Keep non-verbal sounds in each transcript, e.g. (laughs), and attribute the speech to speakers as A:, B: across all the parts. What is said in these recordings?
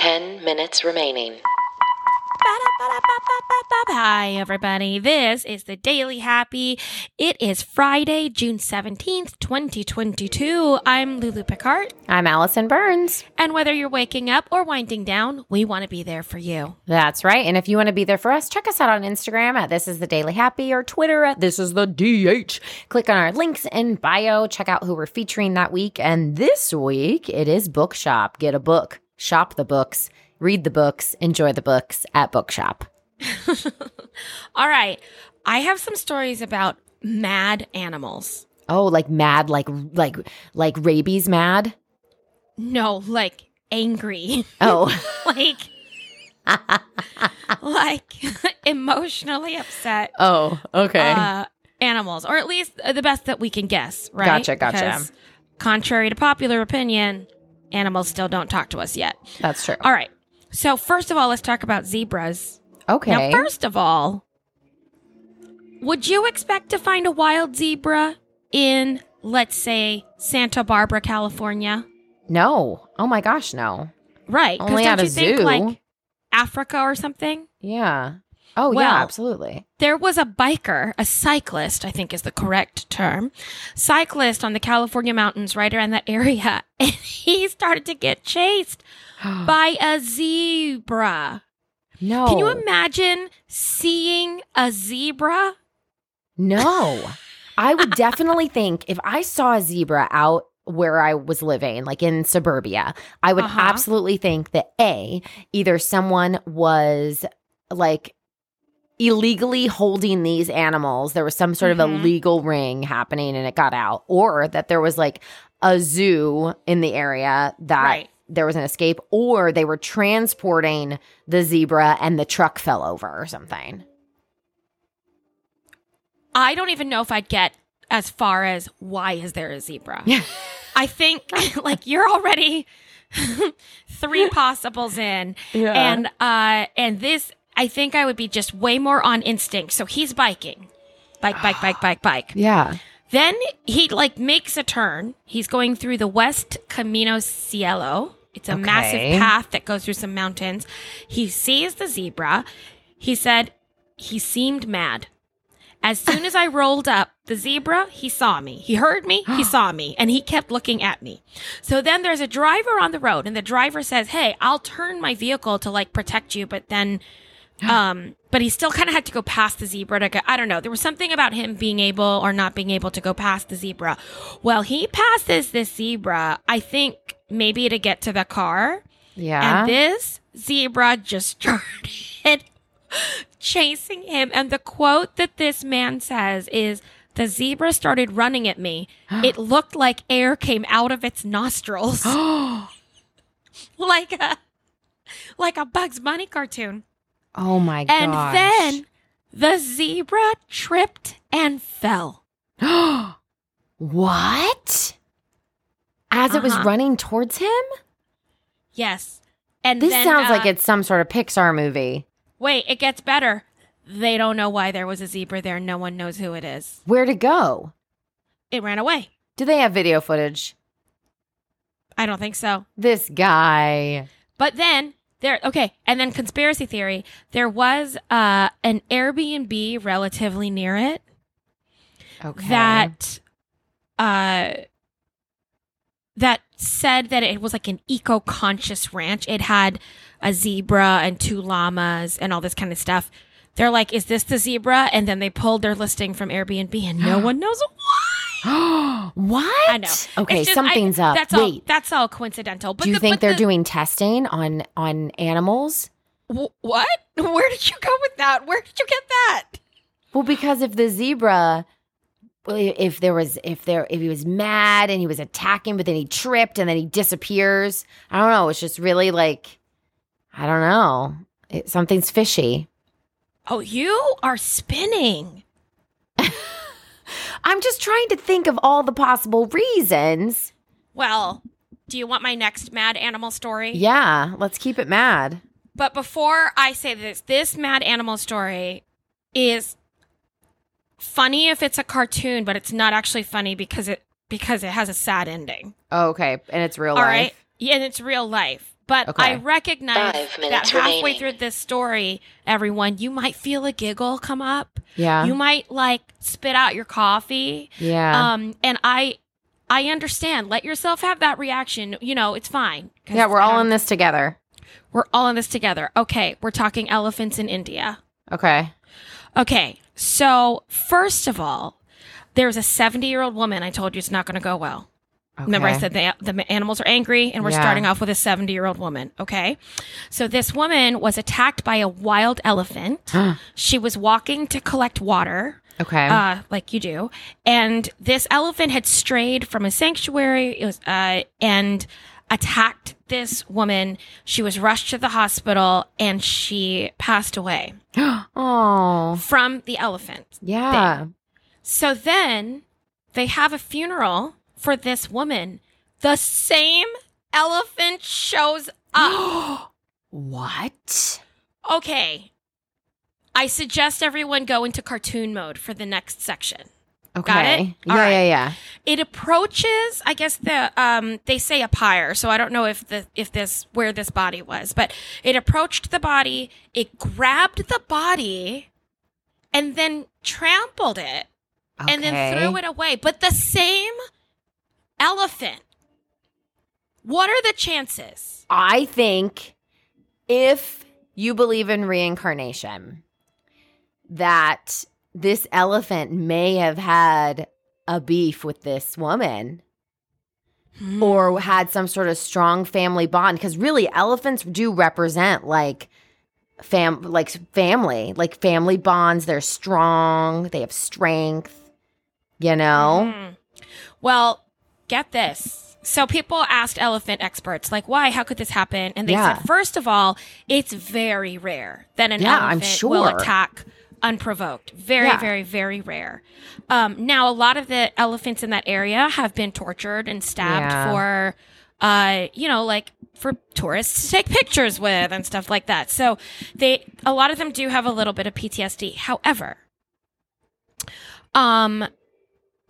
A: 10 minutes remaining.
B: Hi, everybody. This is the Daily Happy. It is Friday, June 17th, 2022. I'm Lulu Picard.
C: I'm Allison Burns.
B: And whether you're waking up or winding down, we want to be there for you.
C: That's right. And if you want to be there for us, check us out on Instagram at This Is The Daily Happy or Twitter at This Is The DH. Click on our links in bio. Check out who we're featuring that week. And this week, it is Bookshop. Get a book, shop the books, read the books, enjoy the books at Bookshop.
B: All right. I have some stories about mad animals.
C: Oh, like mad, like like like rabies mad.
B: No, like angry. (laughs)
C: Oh,
B: like (laughs) like (laughs) emotionally upset
C: (laughs) oh, okay.
B: uh, animals, or at least uh, the best that we can guess, right?
C: Gotcha, gotcha.
B: Because contrary to popular opinion, animals still don't talk to us yet.
C: That's true.
B: All right. So, first of all, let's talk about zebras.
C: Okay.
B: Now, first of all, would you expect to find a wild zebra in, let's say, Santa Barbara, California?
C: no. Oh my gosh, no.
B: Right. 'cause
C: Only
B: don't
C: at
B: you
C: a
B: think,
C: zoo.
B: like Africa or something?
C: Yeah. Oh
B: Well,
C: yeah, absolutely. (gasps)
B: There was a biker, a cyclist, I think is the correct term, cyclist on the California mountains right around that area. (laughs) And he started to get chased by a zebra.
C: no.
B: Can you imagine seeing a zebra?
C: No. I would definitely think if I saw a zebra out where I was living, like in suburbia, I would
B: Uh-huh.
C: absolutely think that A, either someone was like illegally holding these animals, there was some sort of
B: Mhm.
C: illegal ring happening and it got out, or that there was like a zoo in the area that
B: Right.
C: there was an escape, or they were transporting the zebra and the truck fell over or something.
B: I don't even know if I'd get as far as why is there a zebra?
C: Yeah.
B: I think (laughs) like you're already (laughs) three possibles in.
C: Yeah.
B: And uh and this I think I would be just way more on instinct. So he's biking. Bike, bike, bike, bike, bike.
C: yeah.
B: Then he like makes a turn. He's going through the West Camino Cielo. It's a
C: Okay.
B: massive path that goes through some mountains. He sees the zebra. He said he seemed mad. As soon as I rolled up the zebra, he saw me. He heard me, he saw me, and he kept looking at me. So then there's a driver on the road and the driver says, "Hey, I'll turn my vehicle to like protect you, but then um, but he still kind of had to go past the zebra to go. I don't know. There was something about him being able or not being able to go past the zebra. Well, he passes this zebra, I think maybe to get to the car.
C: Yeah. (gasps)
B: And this (gasps) zebra just (laughs) started chasing him. And the quote that this man says is the zebra started running at me. It looked like air came out of its
C: (gasps)
B: nostrils, (laughs) like a like a Bugs Bunny cartoon.
C: Oh my god.
B: And then the zebra tripped and fell.
C: then (gasps) what? As it was
B: Uh-huh.
C: running towards him?
B: Yes. And
C: This
B: then,
C: sounds like
B: uh,
C: it's some sort of Pixar movie.
B: Wait, it gets better. They don't know why there was a zebra there. No one knows who it is.
C: Where to go?
B: It ran away.
C: Do they have video footage?
B: I don't think so.
C: This guy.
B: But then there, okay. And then conspiracy theory. There was uh, an Airbnb relatively near it
C: Okay.
B: that uh that said that it was like an eco-conscious ranch. It had a zebra and two llamas and all this kind of stuff. They're like, "Is this the zebra?" And then they pulled their listing from Airbnb, and (gasps) no one knows why.
C: (gasps) what?
B: I know.
C: Okay,
B: It's just- I-
C: something's up.
B: That's all.
C: Wait.
B: That's all coincidental. But
C: do you
B: the-
C: think
B: but
C: they're
B: the-
C: doing testing on on animals?
B: Wh- what? Where did you go with that? Where did you get that?
C: Well, because if the zebra, well, if there was, if there, if he was mad and he was attacking, but then he tripped and then he disappears. I don't know. It's just really like, I don't know. It, something's fishy.
B: Oh, you are spinning.
C: I'm just trying to think of all the possible reasons.
B: Well, do you want my next mad animal story?
C: Yeah, let's keep it mad.
B: But before I say this, this mad animal story is funny if it's a cartoon, but it's not actually funny because it because it has a sad ending.
C: Oh, Okay, and it's real
B: All
C: life.
B: right? Yeah, and it's real life. But
C: Okay.
B: I recognize
A: Five
B: that
A: minutes
B: halfway
A: remaining.
B: through this story, everyone, you might feel a giggle come up.
C: Yeah.
B: You might like spit out your coffee.
C: yeah.
B: Um, and I, I understand. Let yourself have that reaction. You know, it's fine. 'Cause
C: yeah, we're
B: I
C: all
B: don't-
C: in this together.
B: we're all in this together. Okay, we're talking elephants in India.
C: Okay.
B: Okay, so first of all, there's a 70 year old woman. I told you it's not going to go well. Remember, I
C: Okay.
B: said the, the animals are angry, and we're
C: Yeah.
B: starting off with a 70 year old woman. Okay. So, this woman was attacked by a wild
C: (gasps)
B: elephant. she was walking to collect water,
C: okay.
B: uh, like you do. And this elephant had strayed from a sanctuary it was, uh, and attacked this woman. She was rushed to the hospital and she passed away
C: (gasps) oh.
B: from the elephant.
C: Yeah.
B: So then they have a funeral for this woman. The same elephant shows up.
C: what?
B: okay. I suggest everyone go into cartoon mode for the next section.
C: Okay.
B: it?
C: Yeah,
B: All right.
C: yeah, yeah.
B: It approaches, I guess the um they say a pyre, so I don't know if the if this where this body was, but it approached the body, it grabbed the body and then trampled it. and then threw it away. But the same elephant. What are the chances?
C: I think if you believe in reincarnation, that this elephant may have had a beef with this woman
B: Hmm.
C: or had some sort of strong family bond because really elephants do represent like fam like family like family bonds they're strong they have strength you know
B: Mm. Well, get this. So people asked elephant experts, like, why? How could this happen? And they
C: Yeah.
B: said, first of all, it's very rare that an
C: Yeah, I'm
B: elephant will
C: sure.
B: attack unprovoked. Very,
C: Yeah.
B: very, very rare. Um, now, a lot of the elephants in that area have been tortured and stabbed
C: Yeah.
B: for, uh, you know, like for tourists to take pictures with and stuff like that. So they, a lot of them do have a little bit of PTSD. However, um,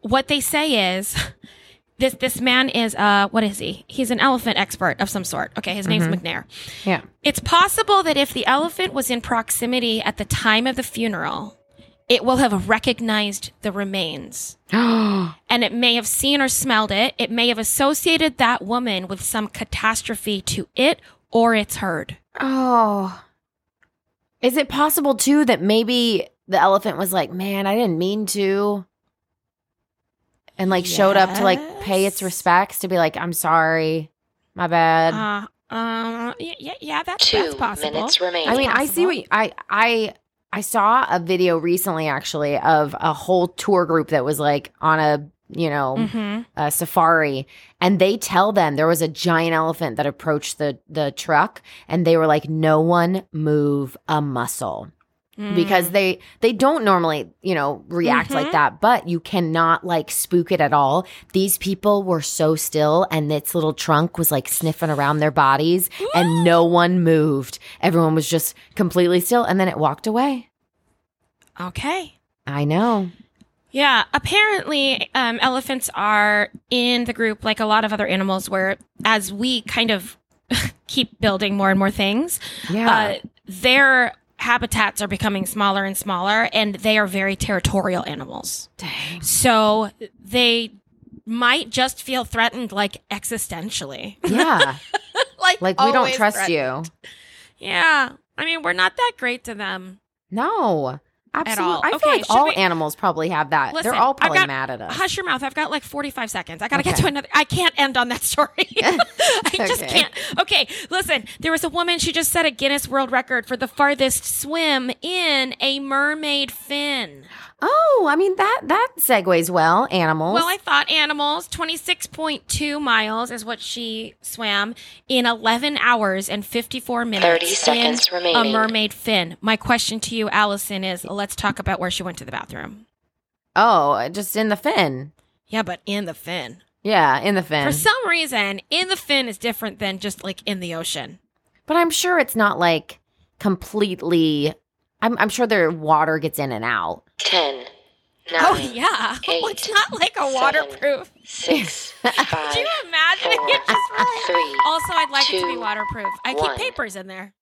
B: what they say is (laughs) this this man is uh what is he? He's an elephant expert of some sort. Okay, his name's McNair.
C: yeah (gasps)
B: It's possible that if the elephant was in proximity at the time of the funeral, it will have recognized the remains. And it may have seen or smelled it. It may have associated that woman with some catastrophe to it or its herd.
C: Oh. Is it possible too that maybe the elephant was like, "Man, I didn't mean to." And like showed up to like pay its
B: Yes.
C: respects to be like, "I'm sorry. My bad."
B: Uh, uh, yeah, yeah, that's, that's
A: Two
B: possible.
A: minutes remaining.
C: I mean, I see
B: possible.
C: what you, I I I saw a video recently actually of a whole tour group that was like on a, you know,
B: Mm-hmm.
C: a safari and they tell them there was a giant elephant that approached the the truck and they were like, "No one move a muscle." because
B: Mm.
C: they they don't normally you know react
B: Mhm.
C: like that but you cannot like spook it at all these people were so still and its little trunk was like sniffing around their bodies and no one moved everyone was just completely still and then it walked away
B: okay.
C: i know
B: Yeah, apparently um, elephants are in the group like a lot of other animals where as we kind of (laughs) keep building more and more things,
C: yeah
B: uh, their habitats are becoming smaller and smaller and they are very territorial animals.
C: dang
B: So they might just feel threatened like existentially.
C: (laughs) yeah
B: (laughs) like
C: like we don't
B: always
C: trust
B: threatened.
C: you
B: Yeah. I mean, we're not that great to them.
C: no absolutely
B: all.
C: i feel
B: Okay,
C: like
B: should
C: all
B: we-
C: animals probably have that
B: Listen,
C: they're all
B: I've
C: probably
B: got-
C: mad at us
B: Hush your mouth. I've got like 45 seconds. I got to get
C: Okay.
B: to another. I can't end on that story. (laughs)
C: (laughs)
B: I just
C: Okay.
B: can't. Okay, listen. There was a woman, she just set a Guinness World Record for the farthest swim in a mermaid fin.
C: oh i mean that that segues well animals
B: Well, I thought animals, 26.2 miles is what she swam in 11 hours and 54 minutes.
A: 30
B: in
A: seconds
B: A
A: remaining.
B: mermaid fin. My question to you, Allison, is let's talk about where she went to the bathroom.
C: oh just in the fin
B: Yeah, but in the fin.
C: Yeah, in the fin.
B: For some reason, in the fin is different than just like in the ocean.
C: but I'm sure it's not like completely. I'm, I'm sure their water gets in and out.
A: Ten, nine,
B: Oh yeah. (laughs) Well, it's
A: eight,
B: not like a
A: seven,
B: waterproof. (laughs)
A: six, five,
B: Could you imagine? (laughs)
A: four,
B: It just really-
A: three,
B: Also, I'd like it to be
A: two,
B: waterproof.
A: one.
B: I keep papers in there.